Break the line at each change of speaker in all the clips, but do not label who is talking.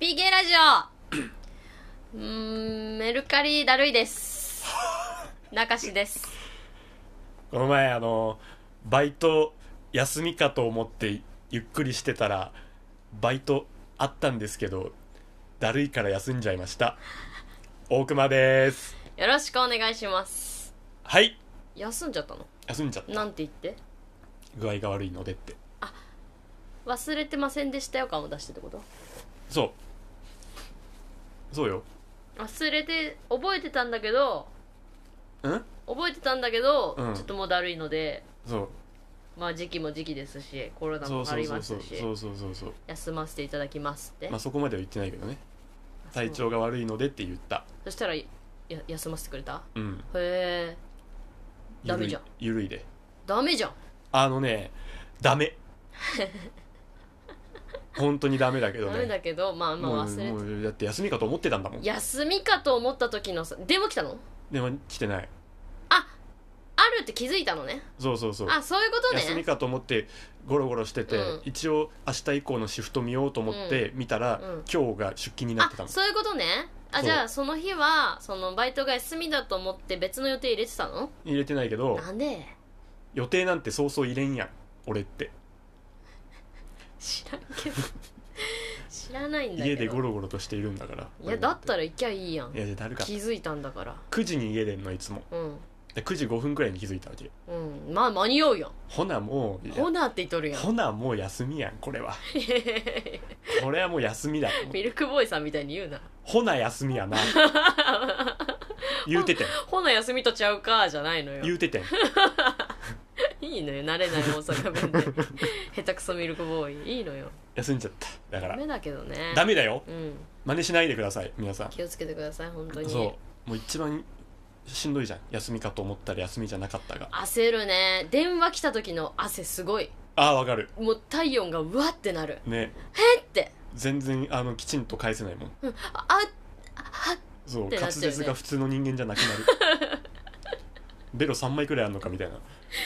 PK ラジオうーんメルカリだるいです中志です
この前あのバイト休みかと思ってゆっくりしてたらバイトあったんですけどだるいから休んじゃいました大熊です
よろしくお願いします
はい
休んじゃったの
休んじゃった
なんて言って
具合が悪いのでって
忘れてませんでしたよ感を出してってこと
そうそうよ
忘れて覚えてたんだけど
ん
覚えてたんだけど、
うん
ちょっともうだるいので
そう
まあ時期も時期ですしコロナ
そ
も
う
あ
そう
り
そ
ま
うそ
す
う
し
そうそうそうそう
休ませていただきますって、
まあそこまでは言ってないけどね
そう
体調が悪いのでって言った
そしたらや休ませてくれた
うん
へえダメじゃん
ゆるいゆるいで
ダメじゃん
あのね ダメ本当にダメだけど
ダ
ね
メだけどまあま
も
あ
う
忘れて
もうだって休みかと思ってたんだもん
休みかと思った時のさ電話来たの
でも来てない
あるって気づいたのね
そうそうそう
あそういうこと
休み
ね
かと思ってゴロゴロしてて、
うん
一応明日以降のシフト見ようと思って見たら、
うん
今日が出勤になってた
あ
の
そういうことねあ
そう
じゃあその日はそのバイトが休みだと思って別の予定入れてたの
入れてないけど
なんで
予定なんてそうそう入れんやん俺って
知らんけど 知らないんだけど
家でゴロゴロとしているんだから
いやだった
ら
ら行きゃいいやん
いやだるか
気づいたんだから
9時に家出んのいつも
うん
で9時5分くらいに気づいたわけ
うんまあ間に合うやん
ほなもういや
ほなって言っとるやん
ほなもう休みやんこれはこれはもう休みだと思っ て
ミルクボーイさんみたいに言うな
ほな休み やな言うててん
ほな休みとちゃうかじゃないのよ
言うててん
いいのよ慣れない大阪弁で 下手くそミルクボーイいいのよ
休んじゃっただ
ダ
から
メだけどね
ダメだよ
うん
真似しないでください皆さん
気をつけてください本当に
そうもう一番しんどいじゃん休みかと思ったら休みじゃなかったが
焦るね電話来た時の汗すごい
ああわかる
もう体温がうわってなる
ね
えって
全然あのきちんと返せないもん
あああ
そう、
ってなっ
滑
ちゃうよね
舌が普通の人間じゃなくなる ベロ3枚くらいあんのかみたいな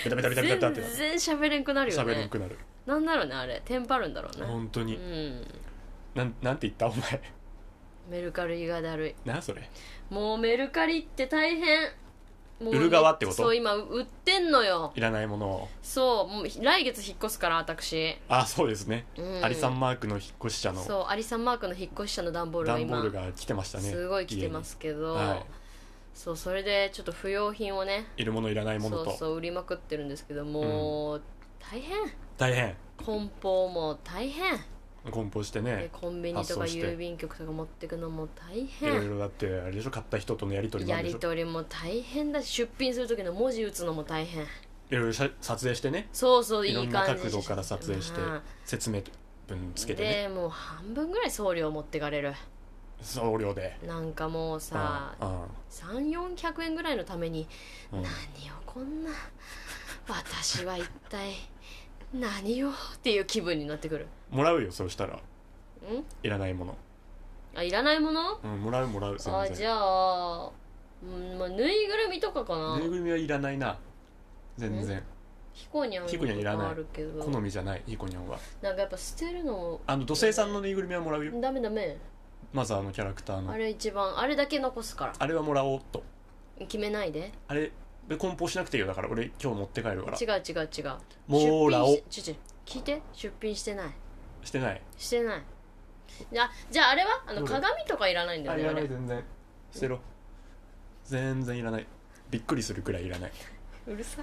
ベタベタベタベタベタってなる
全然喋れんくなるよ
喋れな
ね
くなる
なんだろうねあれテンパるんだろうね
本当
う
に
ん
なんなんて言ったお前
メルカリがだるい
なあそれ
もうメルカリって大変もう
売る側ってこと
そう今売ってんのよ
いらないものを
そうもう来月引っ越すから私
ああそうですね、
うん
アリサンマークの引っ越し者の
そうアリサンマークの引っ越し者の段ボールが
段ボ
今
ールが来てましたね
すごい来てますけど、
はい
そうそれでちょっと不要品をね
家にいるものいらないもの
そ
と
うそう売りまくってるんですけどもう、大変
大変
梱包も大変
梱包して
で
ね
コンビニとか
発送して
郵便局とか持ってくのも大
いろい
変
ろだってあれでしょ買った人とのやり取りもあ
や
るでし
り
ょ
取りも大変だし出品する時の文字打つのも大変
いろいろ写撮影してね
そうそうい
い
い
ろ
感
ん
じ
な角度から撮影して
うん
説明文つけてね
でもう半分ぐらい送料持ってかれる
送料で
なんかもうさ
うんうん
3400円ぐらいのために
うん
何をこんな私は一体何をっていう気分になってくる
もらうよそうしたら
ん
いらないもの、
あいらないもの
うん、もらうもらう全
あ
然
じゃあ、うんまあ、ぬいぐるみとかかな
ぬいぐるみはいらないな全然
ヒコニャン
ヒコニャンいら
と
ない
かあるけど
好みじゃないいい子にゃんは
なんかやっぱ捨てるの
あの土星さんのぬいぐるみはもらうよ
ダメダメ
まずあのキャラクターの
あれ一番あれだけ残すから
あれはもらおうっと
決めないで
あれで梱包しなくていいよだから俺今日持って帰るから
違う違う違う
もらお
出品しちょちょ聞いて出品してない
してない
してないあじゃああれはあの
どれ
鏡とかいらないんだ
あ
よ
い
ね
ら
あ
ない
れ
全然捨てろ全然いらないびっくりするくらいいらないう
るさ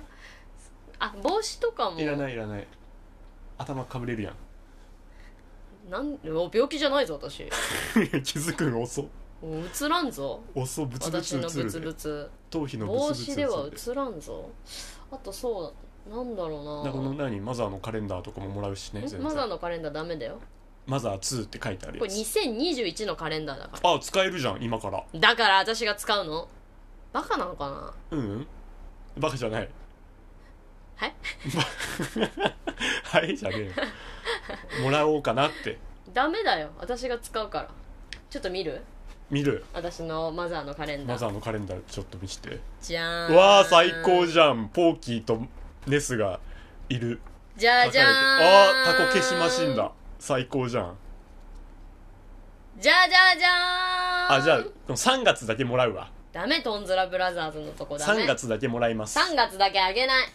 あ帽子とかも
いらないいらない頭かぶれるやん
なんお病気じゃないぞ私
気づくん遅
うつらん ぞ
遅ぶつぶつ
私
う
の
つ
ブツ
るで
ブツ
頭皮の
帽
ブツブツ
子
うつ
ではう
るで
つらんぞあとそうなんだろうな
だからこの何マザーのカレンダーとかももらうしね全然
んマザーのカレンダーダメだよ
マザー2って書いてある
こ
や
れ
つ
2021のカレンダーだか
あ使えるじゃん今から
らだから私が使うのバカなのかな
うんうんバカじゃない
はい
ばはいじゃねえよもらおうかなって
ダメだよ私が使うからちょっと見る
見る
私のマザーのカレンダ
マ
ー
ザーのカレンダーちょっと見して
じゃーん
わあ最高じゃんポーキーとネスがいる
じゃあ
書かれて
じゃーん
あータコ消しマシンだ最高じゃん
じゃあじゃあじゃーん
あじゃあこの3月だけもらうわ
ダメトンズラブラザーズのとこダメ
3月だけもらいます
3月だけあげない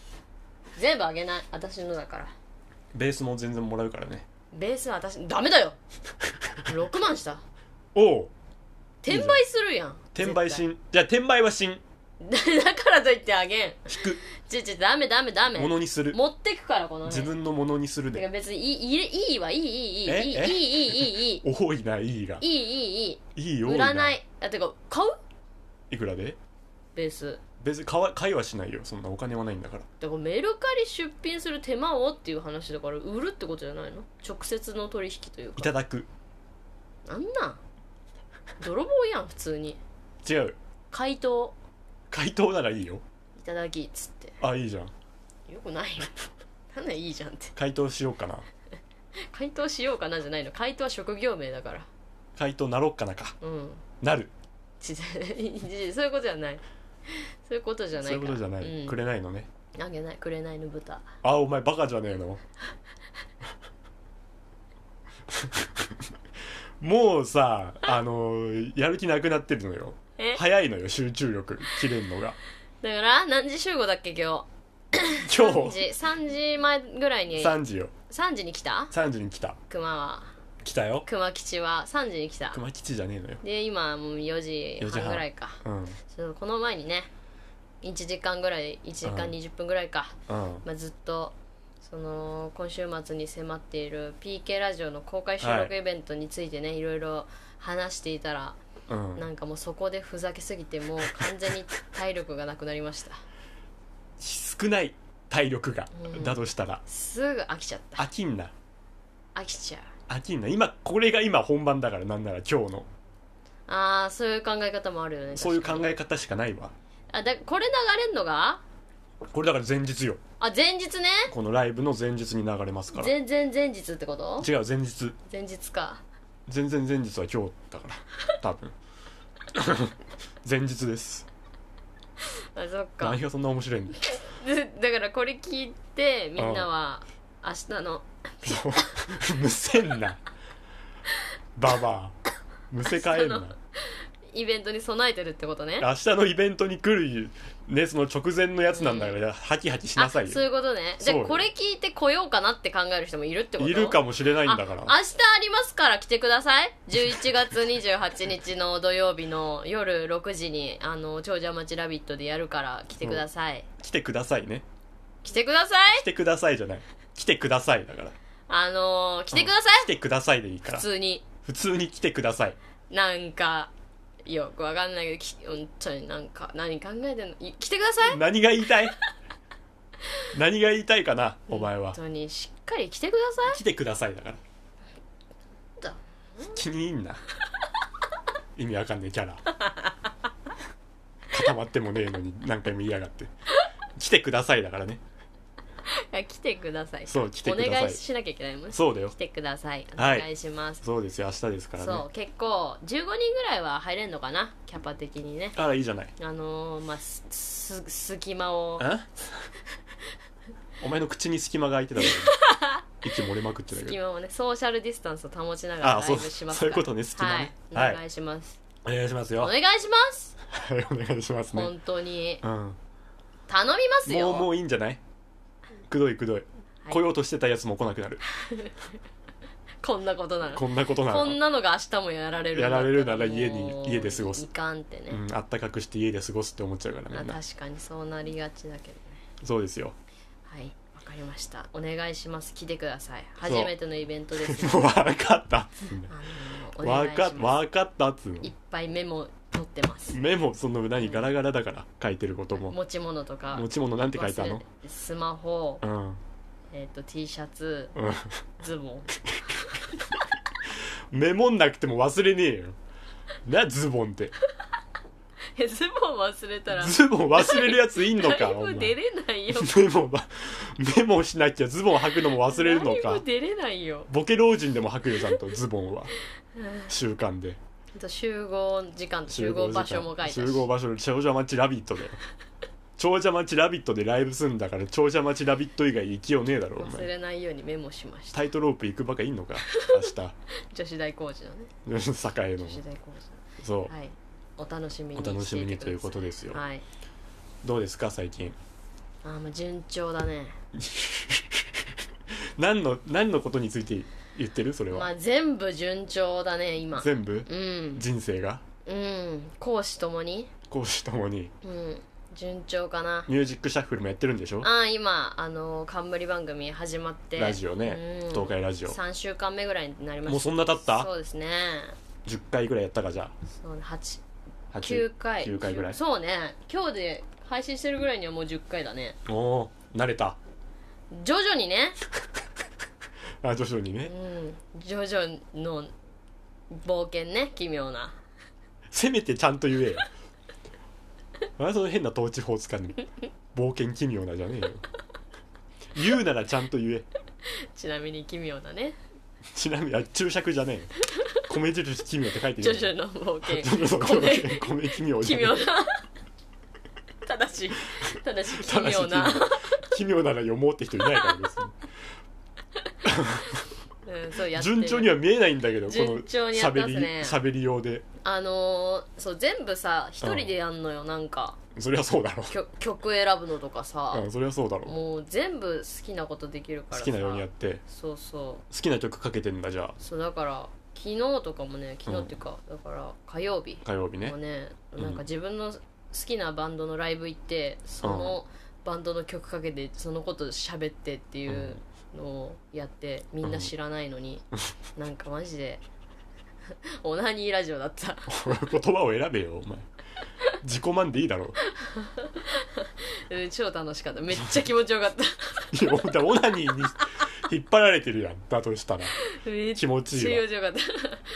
全部あげない私のだから
ベースも全然もらうからね
ベースは私ダメだよ6万した
おお
転売するやん
転売しんじゃあ転売はしん
絶対 だからといってあげん
引く
ちょちょダメダメダメ
ものにする
持ってくからこの辺
自分のものにする
てか
で
別にいいいいいいわいいいいいいいい
え
いいい
え
いいいいい
多いないいが
いいいい
いいよ
売らないあてか買う
いくらで
ベース
別に買わ買いはしないよそんなお金はないんだから
だからメルカリ出品する手間をっていう話だから売るってことじゃないの直接の取引という
い
か
ただく
なんなん泥棒やん普通に
違う
回答
回答ならいいよ
いただきっつって
あいいじゃん
よくないよ なんだいいじゃんって
回答しようかな
回答しようかなじゃないの回答は職業名だから
回答なろっかなか
うん
なる
ちそういうことじゃないそういうことじゃな
そ
いう
い
から
うことじゃない、
うん
くれないのね
あげないくれないの豚
あお前バカじゃねえの もうさあのやる気なくなってるのよ
え
早いのよ集中力切れんのが
だから何時集合だっけ今日
今
3時
日
3時前ぐらいに
3時よ
3時に来た
3時に来た
熊は
来たよ
熊吉は3時に来た
熊吉じゃねえのよ
で今もう4時
4時
半
半
ぐらいか
うん
そうこの前にね1時間ぐらい1時間
うん
20分ぐらいか、
うん
まあ、ずっとその今週末に迫っている PK ラジオの公開収録
はい
イベントについてね、い、ろいろ話していたら
うん
なんかもうそこでふざけすぎてもう完全に体力がなくなりました
少ない体力が、
うん
だとしたら
すぐ飽きちゃった
飽きんな
飽きちゃう
飽きんな今これが今本番だからなんなら今日の
ああそういう考え方もあるよね
そういう考
確かに
え方しかないわ
あだこれ流れんのが
これだから前日よ
あ前日ね
このライブの前日に流れますから違う
前々前日ってこと
前日
前日か
全然前日は今日だから多分 前日です
あそっか
何がそんな面白いんだよ
でだからこれ聞いてみんなは明日の
そうむせんなババアむせかえんな
イベントに備えてるってことね
明日のイベントに来るねその直前のやつなんだから、ハキハキしなさい
あそうい
よ
うことねじゃ
そう
あ
よ
これ聞いて来ようかなって考える人もいるってこと
いるかもしれないんだか
あ
ら
明日ありますから来てください11月28日の土曜日の夜6時にあの長者町ラビットでやるから来てください、
来てくださいね
来てください
来てくださいじゃない来てくださいだから
あのー、来てくださ
来
い、
てくださいでいいから
普通に
普通に来てください
なんかよくわかんないけどき本当になんか何考えてんのい来てください
何が言いたい何が言いたいかなお前は
本当にしっかり来てください
来てくださいだから
だ
気に入んな意味わかんねえキャラ固まってもねえのに何回も言いやがって来てくださいだからね
いや来てください
そう来てください
お願いしなきゃいけないもんね
そうだよ
来てくださいお
はい
願いします、
そうですよ明日ですからね
そう結構15人ぐらいは入れんのかなキャパ的にね
あらいいじゃない
あのー、まあすす隙間を
あお前の口に隙間が空いてたのに息漏れまくってたけ
隙
ど
間をねソーシャルディスタンスを保ちながらラ
あ
イ
そう
ブしますか
そういう
ら
ことね隙間ね
はい、お
は
願
い
いします、
お願いしますよ
お願いします、
はいお願いしますね
本当に
うん
頼みますよ
もうもういいんじゃないくどいくどい、
い
来ようとしてたやつも来なく なる
こんなことなら
こんなことな
こ
の
んなのが明日もやられるんだった
やられるなら家に
もう
家で過ごす
いかんってね、
うん、あったかくして家で過ごすって思っちゃうからみ
あ
んな
確かにそうなりがちだけどね
そうですよ
はいわかりましたお願いします来てください
そう
初めてのイベントです
もう分かったっつう
あ
の
のお願い
分
し
か
ま
分かったっつうの
すいっぱいメモ取ってます
目もその何ガラガラだから書いてることも
持ち物とか
持ち物なんて書いた
忘
の
れてスマホ
う、ん
えー、と T シャツ
うん
ズボン
メモんなくても忘れねえよなズボンって
えズボン忘れたら
ズボン忘れるやついんの
だ
か
い
お前
ぶ出れないよ
メモばメモしなきゃズボン履くのも忘れるの
だい
か
ぶ出れないよ
ボケ老人でも履くよちゃんとズボンは習慣で
あと集合時間と集合場所も書いたし
集合場所少女町ラビットで長者町ラビットでライブすんだから長者町ラビット以外行きようねえだろお
忘
前
れないようにメモしました
タイトロープ行くばかいんの か
女子大工事のね
明日栄の
女子大工
そう、
事のはいお楽しみに
お楽しみに
ててくださ
ということですよ
はい
どうですか最近
あーもう順調だね
何の何のことについて言ってるそれ
ま
は、
あ全部順調だね今
全部
うん
人生が
うん講師ともに
講師ともに
うん順調かな
ミュージックシャッフルもやってるんでしょ
ああ今あの冠番組始まって
ラジオね、
うん
東海ラジオ
3週間目ぐらいになりました
もうそんな経った
そうですね
10回ぐらいやったかじゃ
そうね8
あ
9回
9回ぐらい
そうね今日で配信してるぐらいにはもう10回だね
おおー慣れた
徐々にね
あ徐々にね、
うんジョジョの冒険ね奇妙な
せめてちゃんと言えよ あその変な統治法使うの冒険奇妙なじゃねえよ言うならちゃんと言え
ちなみに奇妙なね
ちなみにあ注釈じゃねえよ米印奇妙って書いて
ジ
る
ョジョの冒険
米米奇妙じ
奇
ゃねえ
妙な ただしただし奇
ただし
妙 な
奇妙なら読もうって人いないから別に
うんそう やってる
順調には見えないんだけどこの
順調にやってま
喋
す
り
ね
喋り用で
あのーそう全部さ一人でやんのよなんか
そりゃそうだろ
曲曲選ぶのとかさ
うんそりゃそうだろ
もう全部好きなことできるからさ
好きなようにやって
そうそう
好きな曲かけてんだじゃあ
そうだから昨日とかもね昨日っていうか、だから火曜日
火曜日ね
もね
うん
なんか自分の好きなバンドのライブ行ってそのバンドの曲かけてそのこと喋ってっていうのをやってみんな知らないのに、なんかマジで オナニーラジオだった
言葉を選べよお前自己満でいいだろ
うん超楽しかっためっちゃ気持ちよかった
いやほんとオナニーに引っ張られてるやんだとしたら
めっち
気
ゃ
持ちいい
気
わ
持ちよかった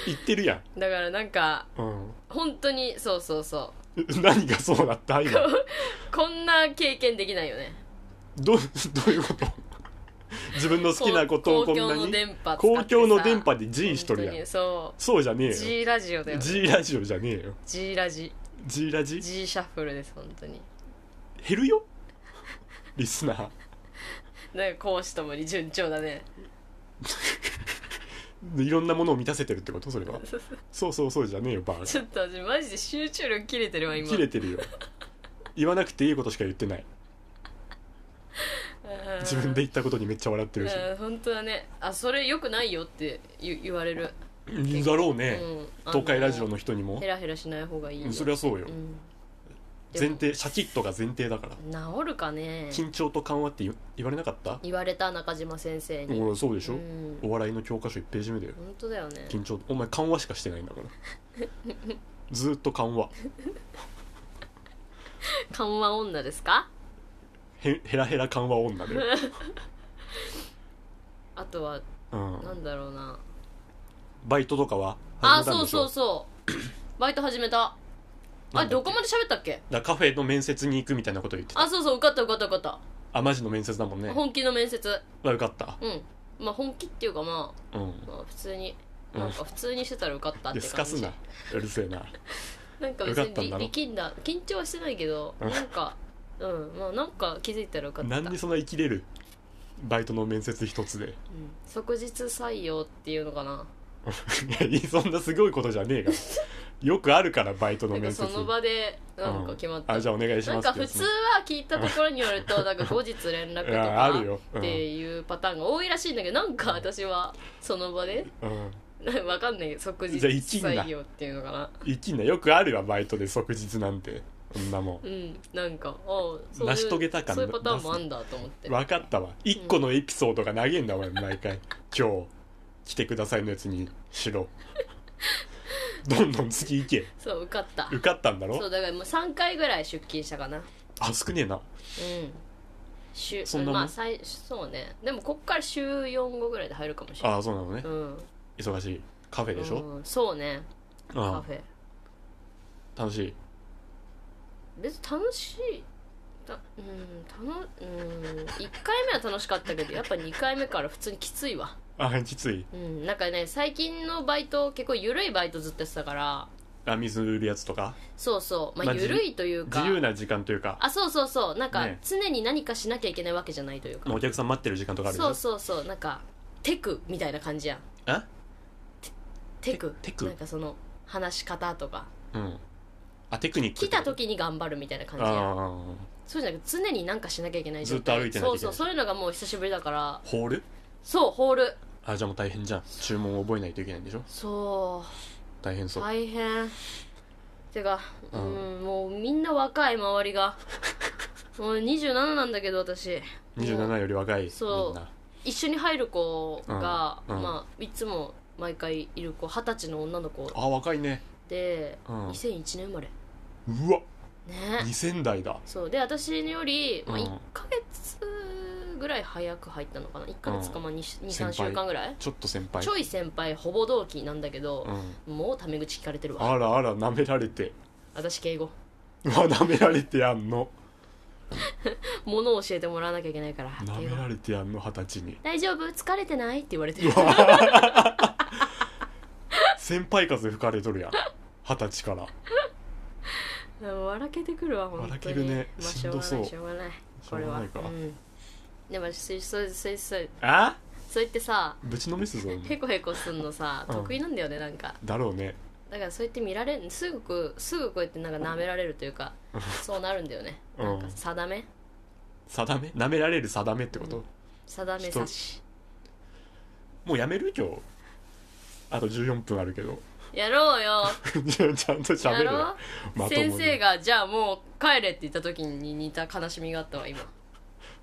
言ってるやん
だからなんか
うん
本当にそうそうそ
え何がそうだった今
うこんな経験できないよね
どうどういうこと自分の好きなことをこん
公
な
共の
に
電波使ってさ
公共の電波で G しとる
本
や
当に
ん
そ
そうじゃね
う
え
G ラジオだよ
よ G ラジオじゃねえよ
G ラジ
G ラジ
G シャッフルです本当に
減るよリスナー
なんか講師ともに順調だね
いろんなものを満たせてるってことそれはそうそうそうじゃねえよバー
ちょっと私マジで集中力切れてるわ今
切れてるよ言わなくていいことしか言ってない
うん
自分で言ったことにめっちゃ笑ってるし
うん本当だねあそれよくないよって言言われる、
うんだろう
う
ね、
ん、
東海ラジオ
の
の人にも
ヘラヘラしない方がいいよ、
うんそれはそうよ、
うんでも
前提シャキッとが前提だから
治るかね
緊張と緩和って言言われなかった
言われた中島先生に
俺そうでしょ、
うん
お笑いの教科書1ページ目だよ
本当だよね
緊張お前緩和しかしてないんだから ずーっと緩和
緩和女ですか
へヘラヘラ緩和女だよ、
あとは
うん、
なんだろうな
バイトとかは
あ
始めた
そう
んでしょ
そう そうバイト始めた
な
あ
んだっけ
どこまで喋ったっけ
だからカフェの面接に行くみたいなこと言ってた
あそうそう受かった受かった受かっ
あマジの面接だもん
た
ね
本気の面接
あよかった
うんまあ本気っていうかま
うん
あ、まあ普通に
うん
なんか普通にしてたら受かったって感じ
ですかすなうるせえな
なんか別
受かったん
に
だろ
り力んだ緊張はしてないけど
うん
なんかうんまあなんか気づいたら受かった
なんでそんな生きれるバイトの面接一つで
うん即日採用っていうのかない
やいいそんなすごいことじゃねえからよくあるからバイト
な
の
んか
面接
その場でなん
う
か
ん
決まった、
あじゃあお願いし
な
ま
ん
す
か
って
普
やつ
通は聞いたところによるとなんか後日連絡と
いや
か
あるようん
っていうパターンが多いらしいんだけどなんか私はその場で
うん
なわかんないけど即日
じゃあ一気にな
採用っていうのかな
生きんなよくあるわバイトで即日なんてそんなも
うんなんかああそういう
成し遂げた感
そういうパターンもあんだと思って
ん分かったわ一個のエピソードが長えんだお前毎回今日来てくださいのやつにしろどんどん次行け
そう受かった
受かったんだろ
そうだからもう3回ぐらい出勤したかなうん
あ少ねえな
週
そんなもん
まあ最そうねでもこっから週4後ぐらいで入るかもしれない
あそうなのね
うん
忙しいカフェでしょ
うんそうねカ
あ
フェ
楽しい
別に楽しいたうん楽うん1回目は楽しかったけどやっぱ2回目から普通にきついわ
あきつい
うんなんかね最近のバイト結構緩いバイトずっとやってたから
あ水売るやつとか
そうそう
ま
ま
あ
あ緩いというか、
自由な時間というか
あそうそうそうなんか
ね
常に何かしなきゃいけないわけじゃないというか、
お客さん待ってる時間とかあるでし
そ
ょ
うそうそうなんかテクみたいな感じやん
あ
テク
テク
なんかその話し方とか
うんあテクニック
来た時に頑張るみたいな感じやん
ああ
そうじゃなくて常になんかしなきゃいけない状態
ずっと歩いてないと
そ
いうけ
そ
ない
そうい
う
うのがもう久しぶりだから
ホール
そうホール
あじゃあもう大変じゃん注文を覚えないといけないんでしょ
そ
大変
う
そう、
大変てかう
うん
んもうみんな若い周り がもう27なんだけど私もう
27より若い
そう
みんな
一緒に入る子が、
うんうん
まあいつも毎回いる子二十歳の女の子
あ若いね
で、
うん
2001年生まれ
うわ
ね
2000代だ
そうで私より、まあ、
うん
1ヶ月ぐらい早く入ったのかな1ヶ月かまあ23
先輩
週間ぐらい
ちょっと先輩
ちょい先輩ほぼ同期なんだけど
う、ん、
もうタメ口聞かれてるわ
あらあら舐められて
私敬語
うわ舐められてやんの
物を教えてもらわなきゃいけないから
舐
敬
め
語
られてやんの二十歳に
大丈夫疲れてないって言われてる
先輩風吹かれとるやん二十歳から
笑けてくるわ本当に
笑けるね
まあ
し
し
ん
ょう
ど
が
そ
な
う
いしょうがない
しょ
こ
う
れ
が
は
ないか
うん、でもそうそうそうそう
あ
そう言ってさ
ぶちのめすぞお前
へこへこすんのさ
うん
得意なんだよねなんか
だろうね
だからそうやって見られんすぐこうすぐこうやってなんか舐められるというかそうなるんだよね
うん
なんか定め
定め舐められる定めってこと、
うん定めさし
もうやめる今日あと14分あるけど
やろう よ
ちゃんと喋
や
る
ろ
よ
う
まともに
先生がじゃあもう帰れって言った時に似た悲しみがあったわ今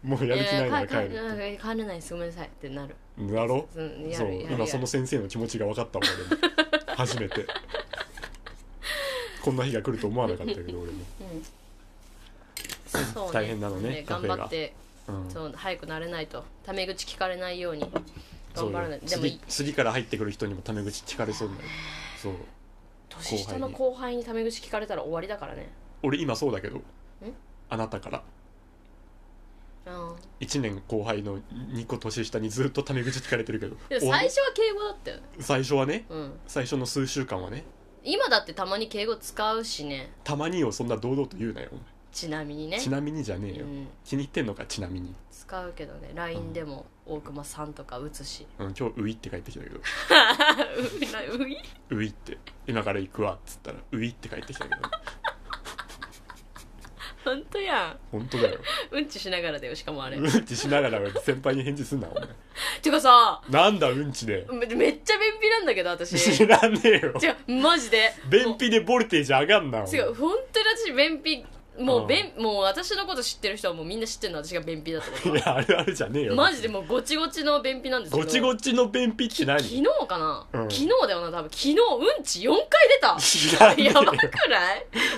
もうやる気ないなら
や
帰るっ
帰帰れないですごめんなさいってなる
てだろ
うんや
そう
るやるや
今
る
その先生の気持ちが分かったもん俺も初めてこんな日が来ると思わなかったけど 俺も、
そうね
大変なのねカ
頑
フェが
張って
うん、
そう早くなれないとタメ口聞かれないように頑
そう
張らな
よ
いでも
次次から入ってくる人にもタメ口聞かれそうになるそう
年下の後輩にタメ口聞かれたら終わりだからね
俺今そうだけどあなたから
うん
1年後輩の2個年下にずっとタメ口聞かれてるけど
でも最初は敬語だったよね
お最初はね
うん
最初の数週間はね
今だってたまに敬語使うしね
たまにをそんな堂々と言うなよお前
ちなみにね
ちなみにじゃねえよ、
うん、
気に入ってんのかちなみに、
使うけどね LINE でも大熊さんとか打つし
うん、今日「うい」って帰ってきたけど
ういなうい
「うい」って「今から行くわ」っつったら「うい」って帰ってきたけど
本当や
本当だよ
んうんちしながらだよしかもあれ
うんちしながら先輩に返事すんなお前
てかさ
なんだうんちで
めめっちゃ便秘なんだけど私
知らねえよ
違うマジで
便秘でボルテージ上がんなお前
違う本当に私便秘
う
も
ん
う便もう私のこと知ってる人はもうみんな知ってるの私が便秘だったこ
いやあるあるじゃねえ
と
よ
マジでもうごちごちの便秘なんですけど
ごちごちの便秘って何
昨日かな、
うん
昨日だよな多分昨日うんち4回出た
知らねえ
や
よ
ばくない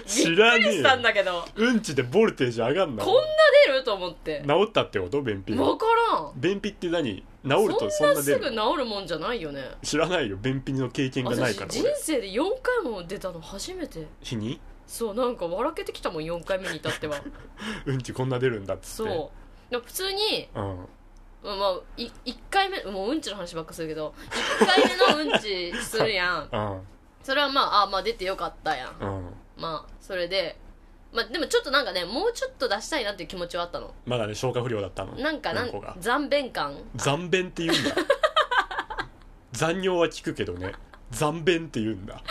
知らねえよ
びっくりしたんだけど
うんちでボルテージ上がんな
こんな出ると思って
治ったってこと便秘が
分からん
便秘って何治るとそ
そ
ん
んな
な出
す
る
ぐ治るもんじゃないよね
知らないよ便秘の経験がない
私
から
人
俺
生で4回も出たの初めて
日に
そうなんか笑けてきたもん4回目に至って は
うんちこんな出るんだっつって
そうでも普通に
う、ん、
まあまあ、い1回目もううんちの話ばっかするけど1回目のうんちするや ん
うん
それはまああまあ出てよかったやん
うん
まあそれでまあでもちょっとなんかねもうちょっと出したいなっていう気持ちはあったの
まだね消化不良だったの
なんかな
うんこ
ん
が
残便感
残便って言うんだ残尿は聞くけどね残便って言うんだ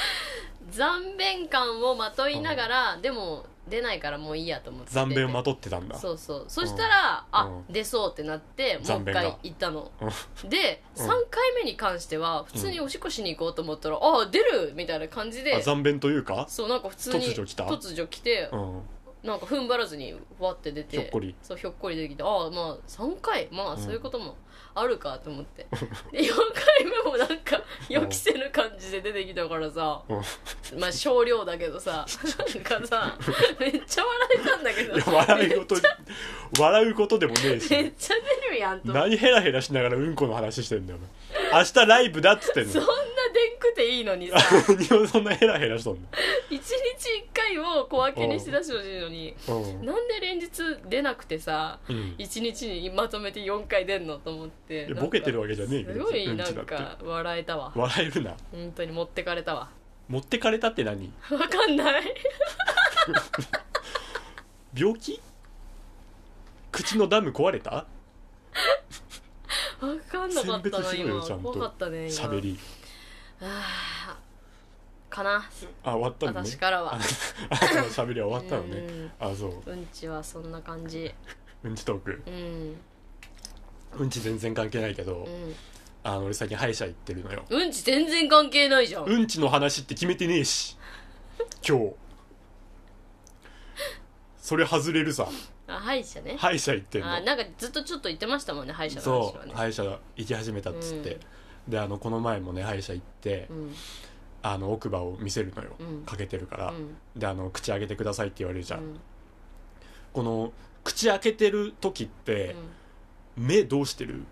残便感をまといながら、でも出ないからもういいやと思って
残便をまとってたんだ
そうそうそしたら、
うん
あ、
う
出そうってなってもう
残
一
便が
回行ったの
うん
で
うん
3回目に関しては普通におしっこしに行こうと思ったら、あ出るみたいな感じ
あ
で
残便というか
そうなんか普通に
突如来た
突如来て
う、ん
なんか踏ん張らずにわって出て
ひょっこり
そうひょっこり出てきてああまあ3回まあそういうこともあるかと思 って、で4回目もなんか予期せぬ感じで出てきたからさ、
うん
まあ少量だけどさなんか さめっちゃ笑えたんだけど
いや笑い事笑うことでもねえ
めっ
し
ちゃ出るやんと思って
何ヘラヘラしながらうんこの話してんだよお前明日ライブだっつってん
そん
の
なでんくていいの にさ
何をそんなヘラヘラしとん
一日1回を小分けにして出してほしいのに
のうん
なんで連日出なくてさ
うん
1日にまとめて4回出んのと思って
いやボケてるわけじゃねえけ
す
ど
ごい
うん
な
ち
ん
だって
か笑えたわ
笑えるな
本当に持ってかれたわ
持ってかれたって何
わかんない
病気口のダム壊れた
わかんなかった
選別
な
しろよ
今
ちゃんと
怖かったね今
喋り
あーかな
あ終わったのね
私からは
あ あなたの喋りは終わったのね
うん
あそう
うんちはそんな感じ
うんちトーク
うん
うんち全然関係ないけど、
うん
あの俺最近歯医者行ってるのよ
うんち全然関係ないじゃん
うんちの話って決めてねえし今日それ外れるさ
あ歯医者ね
歯医者行ってんの
あなんかずっとちょっと言ってましたもんね歯医者の話
そ
は
う
ね
歯医者行き始めたっつって、であのこの前もね歯医者行って、
うん
あの奥歯を見せるのよ、
うん
かけてるから、
うん
であの口開けてくださいって言われるじゃん、
うん
この口開けてる時って、目どうしてる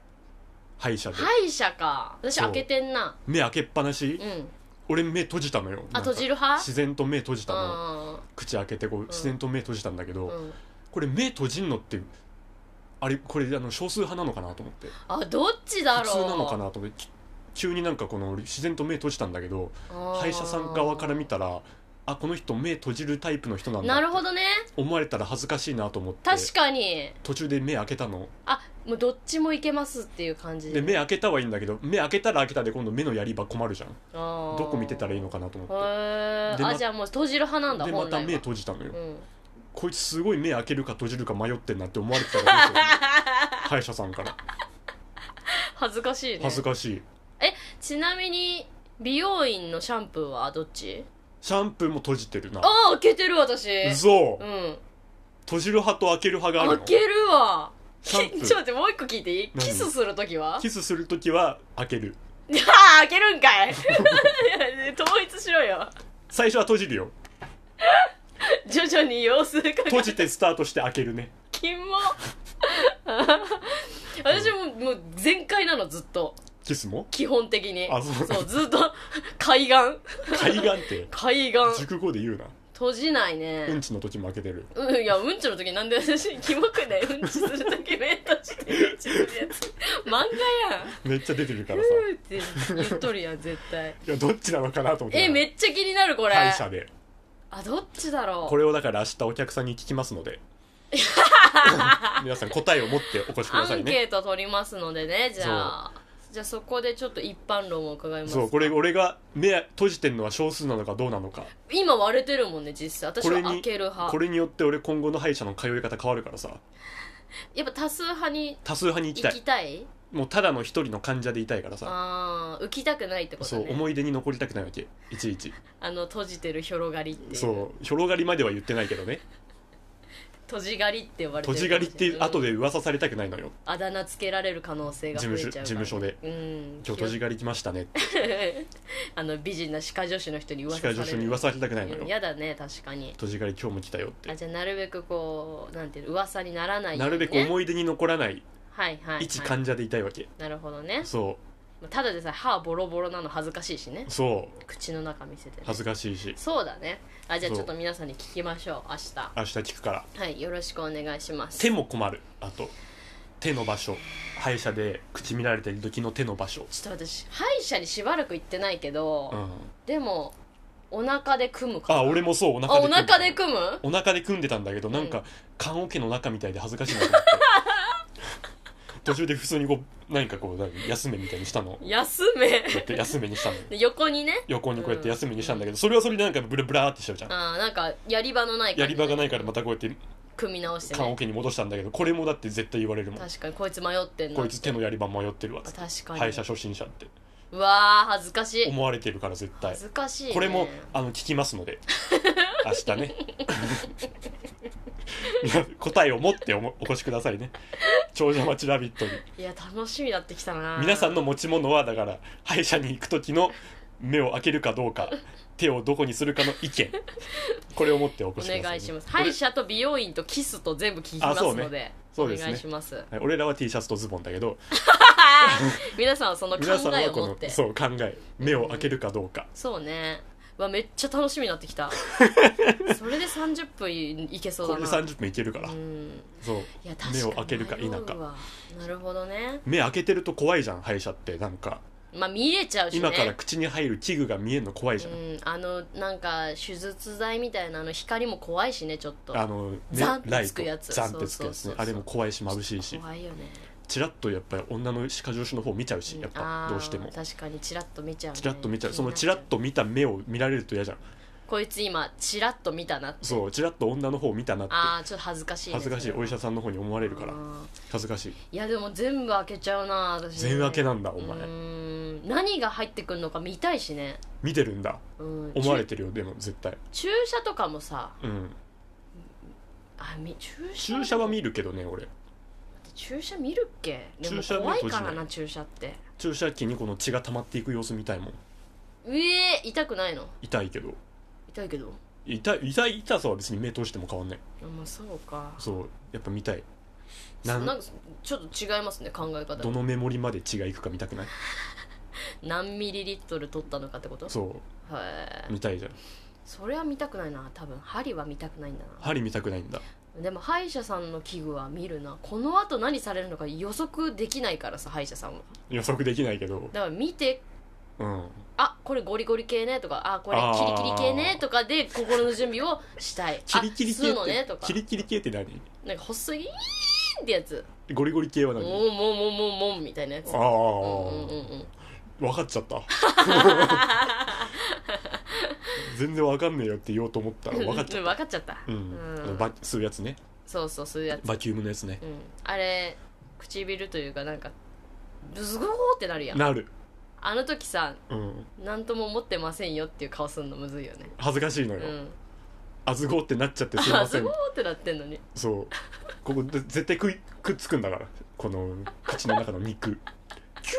歯医者で、
歯医者か私
そう
開けてんな
目開けっぱなし、
うん
俺目閉じたのよなんか
閉じる派
自然と目閉じた
あ
の、口開けてこう自然と目閉じたんだけど、
ーうん
これ目閉じんのってあれこれあの少数派なのかなと思って
あどっちだろう
普通なのかなと思ってき急になんかこの俺自然と目閉じたんだけど
あー
歯医者さん側から見たらあこの人目閉じるタイプの人なんだ
なる
っ
ほ
て
どね
思われたら恥ずかしいなと思って
確かに
途中で目開けたの
あもうどっちもいけますっていう感じ
で目開けたはいいんだけど目開けたら開けたで今度目のやり場困るじゃん
ど
どこ見てたらいいのかなと思っ
へえ
でま
あじゃあもう閉じる派なんだ
てでま
本来
た
は
目閉じたのよ
うん
こいつすごい目開けるか閉じるか迷ってんなって思われてたら どうしよう歯医者さんから
恥ずかしいね
恥ずかしい
ちなみに美容院のシャンプーはどっち
シャンプーも閉じてるな
ああ開けてる私
嘘
うん
閉じる派と開ける派があ
開
るの
けるわ
シャンプ
ちょ
ー
っと待ってもう一個聞いていい
何
キスするときは
キスするときは開ける
いやー開けるんかい いや統一しろよ
最初は閉じるよ
徐々に様子伺
閉
っ
じてスタートして開けるね
キモ 私ももう全開なのずっと
キスも
基本的に
あそう
そうずっと海岸
海岸って
海岸
熟語で言うな
閉じないね
うんちの時も開けてる
うん、いや、うんちの時なんで私、キモくないうんちする時目閉じてうんちするやつ。漫画やん。
めっちゃ出てるからさ
ふーって言っとるやん、絶対。
いやどっちなのかなと思って
え、めっちゃ気になる、これ。
歯医者で
あ、どっちだろう。
これをだから明日お客さんに聞きます ので皆さん答えを持ってお越しくだ
ア
さい
ン
ね
ケート取りますのでね、じゃあ。じゃあそこでちょっと一般論を伺います。
そうこれ俺が目閉じてるのは少数なのかどうなのか
今割れてるもんね、実際。私
これ
は
に
開ける派。
これによって俺今後の歯医者の通い方変わるからさ
やっぱ多数派に
多数派に行きた
行
い
きたい
もうただの一人の患者でいたいからさ、
ああ、浮きたくないってこと
そう
ね。
思い出に残りたくないわけいちいち
あの、閉じてる広がりっていう。
そう広がりまでは言ってないけどね
閉じがりって呼ばれて
閉
る
じがりって後
うん
で噂されたくないのよ、
あだ名つけられる可能性が増えちゃうから
事務所事務所で
うん
今日閉じがり来ましたねって
あの美人な歯科助手の人に噂
歯
され
科
る
助手に噂されたくない
う
の
ん
よ
やだね確かに
閉じがり今日も来たよって
あじゃあなるべくこうなんていうの噂にならないよ
な
うに、ね、
るべく思い出に残らない
はいはい、はい、
一患者でいたいわけ、
なるほどね
そ
ただでさえ歯ボロボロなの恥ずかしいしね
うそう
口の中見せてね、
恥ずかしいし
そうだねあじゃあ
そう
ちょっと皆さんに聞きましょう明日
明日聞くから
はいよろしくお願いします
手も困るあと手の場所歯医者で口見られてる時の手の場所
ちょっと私歯医者にしばらく行ってないけど、
うん
でもお腹で組むかな
あ俺もそうお
あ
腹
お
で組んでた
腹で組む
お腹で組んでたんだけどなん
う
か棺桶の中みたいで恥ずかしいなと思って 途中で普通にこう何かこう何休めみたいにしたのこ
休
うや
め
って休めにしたのよ
で横にね
横にこうやって休めにしたんだけどそれはそれでなんかブラブラーってしちゃうじゃん
あーなんかやり場のない
や
感
り
じ
場がないからまたこうやって
組み直して
棺
ね
桶に戻したんだけどこれもだって絶対言われるもん
確かにこいつ迷ってんの
こいつ手のやり場迷ってるわっつって
確かに
歯医者初心者って
うわー恥ずかしい
思われてるから絶対
恥ずかしい、ね、
これもあの聞きま すので明日ね 皆答えを持っておもお越しくださいね長者町ラビットに
いや楽しみになってきたな
皆さんの持ち物はだから歯医者に行く時の目を開けるかどうか手をどこにするかの意見これを持ってお
お
越しくださいね、
願いします歯医者と美容院とキスと全部聞きます
あそう
ので
ねそうです
お
ね
願いします
俺俺らは T シャツとズボンだけど
皆さんはその考
皆さん
え
は
を
こ
持っ
の
てそう
そう考え目を開けるかどうか、
ねうわめっちゃ楽しみになってき たそれで30分いけそう
こ
だ
れで
な
30分いけるから、
うん
そう
いや確かに
目を開けるか否
迷う
か
わなるほどね
目開けてると怖いじゃん歯医者ってなんか
まあ見れちゃうしね
今から口に入る器具が見えるの怖いじゃん、
うんあのなんか手術剤みたいなあの光も怖いしねちょっと
あのね
ザンって
ライ
つく
ト
やつ
ザンってつくやつ
そうそうそう
ねあれも怖いし眩しいし
怖いよね
チラッとやっぱり女の歯科助手の方見ちゃうしやっ
んあー
ぱどうしても
確かにチラッと見ちゃう、ね、
チラッと見ちゃう
気
そ
に
の
な
チラッと見た目を見られると嫌じゃん
こいつ今チラッと見たなって
そうチラッと女の方を見たなって
ああちょっと恥ずかしいね、
恥ずかしいお医者
さ
さんの方に思われ
れ
るから
あー
恥ずかしい
いやでも全部開けちゃうな私
全開けなんだお
う
前
ーん何が入ってくるのか見たいしね、
見てるんだ
うん、
思われてるよでも絶対
注射とかもさ
うん
あみ注射
注射は見るけどね俺
注射見るっけでも
注射は
怖
見
い
る
から
閉じな
な注射って
注射器にこの血が溜まっていく様子みたいもん
うえー、痛くないの
痛いけど
痛いけど
痛い痛い痛さは別に目通しても変わんない
あまあそうか
そうやっぱ見たいな
なんんかちょっと違いますね考え方
どのメモリまで血がいくか見たくない
何ミリリットル取ったのかってこと
そ
へ
う
え
見たいじゃん
それは見たくないな多分針は見たくないんだ
針見たくないんだ
なでも歯医者さんの器具は見るなこの後何されるのか予測できないからさ歯医者さんは
予測できないけど
だから見て
うん
あこれゴリゴリ系ねとかあこれ
あー
キリキリ系ねとかで心の準備をしたい
キリキリ
あ吸
系
うの
っ
ね
て
とか
キリキリ系って何
なんか細いってやつ
ゴリゴリ系は
もう
何
もうもうもうもうみたいなやつ
あ
うんうん
あ
うん
分かっちゃった 全然分かんねえよって言おうと思ったら
うん
分かっちゃ
うん
っ
分かっちゃった
たうんあのバ吸うやつね
そうそうそういうやつ、
バキュームのやつね
うん、あれ唇というかなんかブズゴーってなるやん
なる
あの時さ
うん
何とも思ってませんよっていう顔すんのむずいよね
恥ずかしいの
う
よ
ん
あずごってなっちゃってすい
あ
ま
ズ
せん
ゴーってなってんのに
そうここで絶対くいくっつくんだからこの口の中の肉キュッ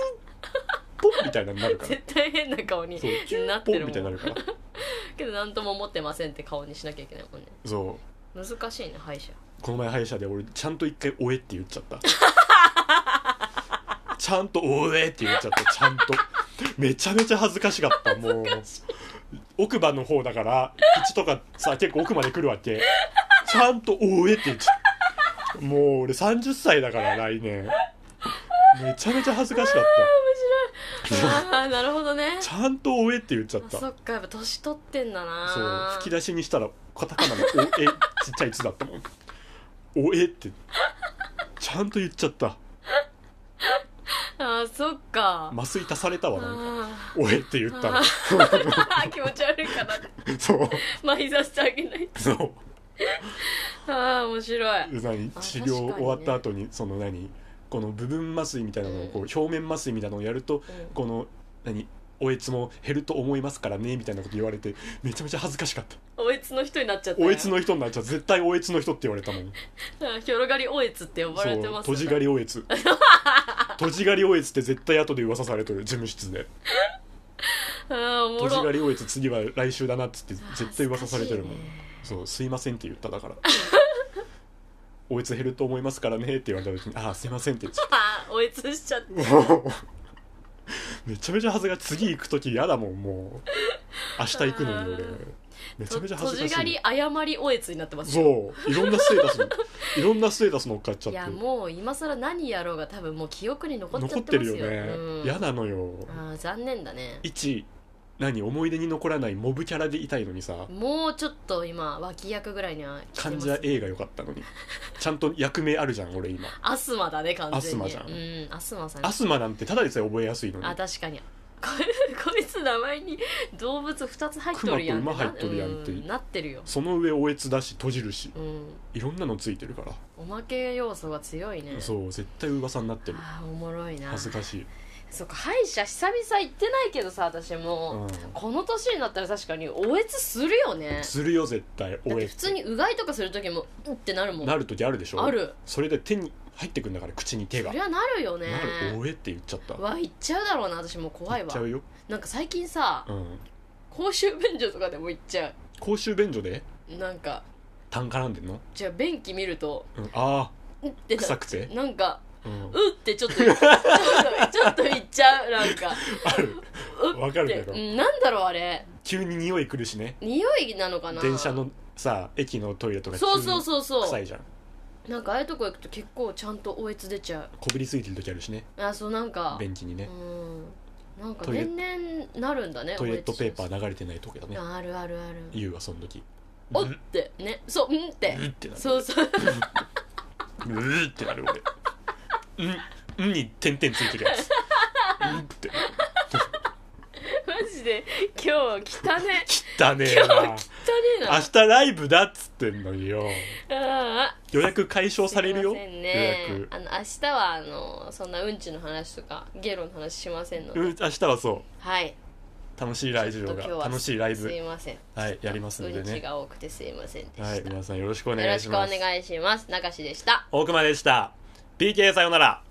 ポンみたいなのになるから
絶対変な顔に
そうキュ
な
ッ
って
ポ
る
ン
も
みたいになんるから
けど何とも思ってませんって顔にしなきゃいけないもんね
そう
難しいね歯医者
この前歯医者で俺ちゃんと一回「おえ」って言っちゃったちゃんと「おえ」って言っちゃったちゃんとめちゃめちゃ恥ずかしかったもう奥歯の方だから口とかさ結構奥まで来るわけちゃんと「おえ」って言っちゃったもう俺30歳だから来年めちゃめちゃ恥ずかしかっ
ああなるほどね
たちゃんと「おえ」って言っちゃっ
あ
た
そっかやっぱ年取ってんだな
そう吹き出しにしたらカタカナの「おえ」ちっちゃい「つ」だったもん「おえ」ってちゃんと言っちゃった
あーそっか、
麻酔足されたわなんか
あ
「おえ」って言ったの
あ ー気持ち悪いかな
そう
まひざしてあげない
そう
ああ面白い
何
あ
治
確かに
療
ね
終わった後にその何この部分麻酔みたいなのをこ
う
う表面麻酔みたいなのをやると
うん
この何おえつも減ると思いますからねみたいなこと言われてめちゃめちゃ恥ずかしかった
おえつの人になっちゃったよ
おえつの人になっちゃう絶対おえつの人って言われ たもん
あ広がりおえつって呼ば
そ
れ
う
てます
とじがりお えつとじがりおえつって絶対後で噂されとる事務室で
ああおも
とじ
ろ
がりおえつ次は来週だなっつって絶対噂されてるもん、
恥ずかしいね
そう「すいません」って言っただから 「おえつ減ると思いますからね」って言われた時に「ああすいません」って言 っちゃっ
あーおえつしちゃった
たもうめちゃめちゃ恥ずかしい次行く時嫌だもんもう明日行くのに俺
あー
めちゃ
と
めちゃ恥
と
ず
じ
か
が
しい
り誤りおえつになってますよ
そういろんなス テータスいろんなステータス乗っかっちゃ
いや
って
もう今更何やろうが多分もう記憶に残っちゃってま
残っ
す
て
よ
るよね、
うん
嫌なのよ
ああ残念だね
一何思い出に残らないモブキャラでいたいのにさ
もうちょっと今脇役ぐらいには来て
患
ます
者 A が良かった のにちゃんと役名あるじゃん俺今
アスマだね完全に
アスマじゃん
うんアスマさん
アスマなんてただでさえ覚えやすいのに
あ確かにここいつ 名前に動物2つ入っとるやん
熊と馬入っとるやんって
うなってるよ
その上おえつだし閉じるし
うん
いろんなのついてるから、
おまけ要素が強いね
そう絶対噂になってる
あーおもろいな
恥ずかしい
そうか歯医者久々行ってないけどさ私も、
うん
この年になったら確かにおえつするよね
するよ絶対
だっ
お
て
え
普
つ
通にうがいとかする時もうんってなるもん
なる時あるでしょ
ある
それで手に入ってくんだから口に手
そ
が、
りゃなるよね
なるおえって言っちゃった
わ行っちゃうだろうな私もう怖い
言っ
わ
ちゃうよ、
なんか最近さ
うん、
公衆便所とかでも行っちゃ
公衆便所で
うなんか
痰絡んでんの、
じゃあ便器見ると
うん、あ
うんって
あ
な
臭くて、
なんか
うん、
うってちょっとち ょっとちょっと言っちゃうなんか
ある
うって
わかるけど
うんなんだろうあれ
急に匂いくるしね
匂いなのかな
電車のさ駅のトイレとか
そうそう
う
そうそう
臭いじゃん
なんかああいうとこ行くと結構ちゃんとおえつ出ちゃう
こびりついてる時あるしね
あそうなんか
ベンチにね
うんなんか
トイレ
年々なるんだね
トイレットペーパ
ー
ー流れてない時だね
あるあるある
言うわその時
おってねそううんって
うんってなる
そうそう
うーってなる俺うんうんに点々ついてるやつうんって
マジで今日汚ね
だねえ
今日
な
汚ねえな
明日ライブだっつってんのによ
あ
予約解消
あ
されるよ、
すいませんね
予約
あの明日はあのそんなうんちの話とかゲロの話しませんので、
うん明日はそう
はい
楽しいライジオ
ちょっ
が
と今日は
楽しいライ
す
ブ
いません
はいやりますので
うんち
ね
が多くてすいませんでした、
はい皆さんよろしくお
よ
願
ろ
い
しく
し
お
ます
願いします中志でした
大熊でした PK さようなら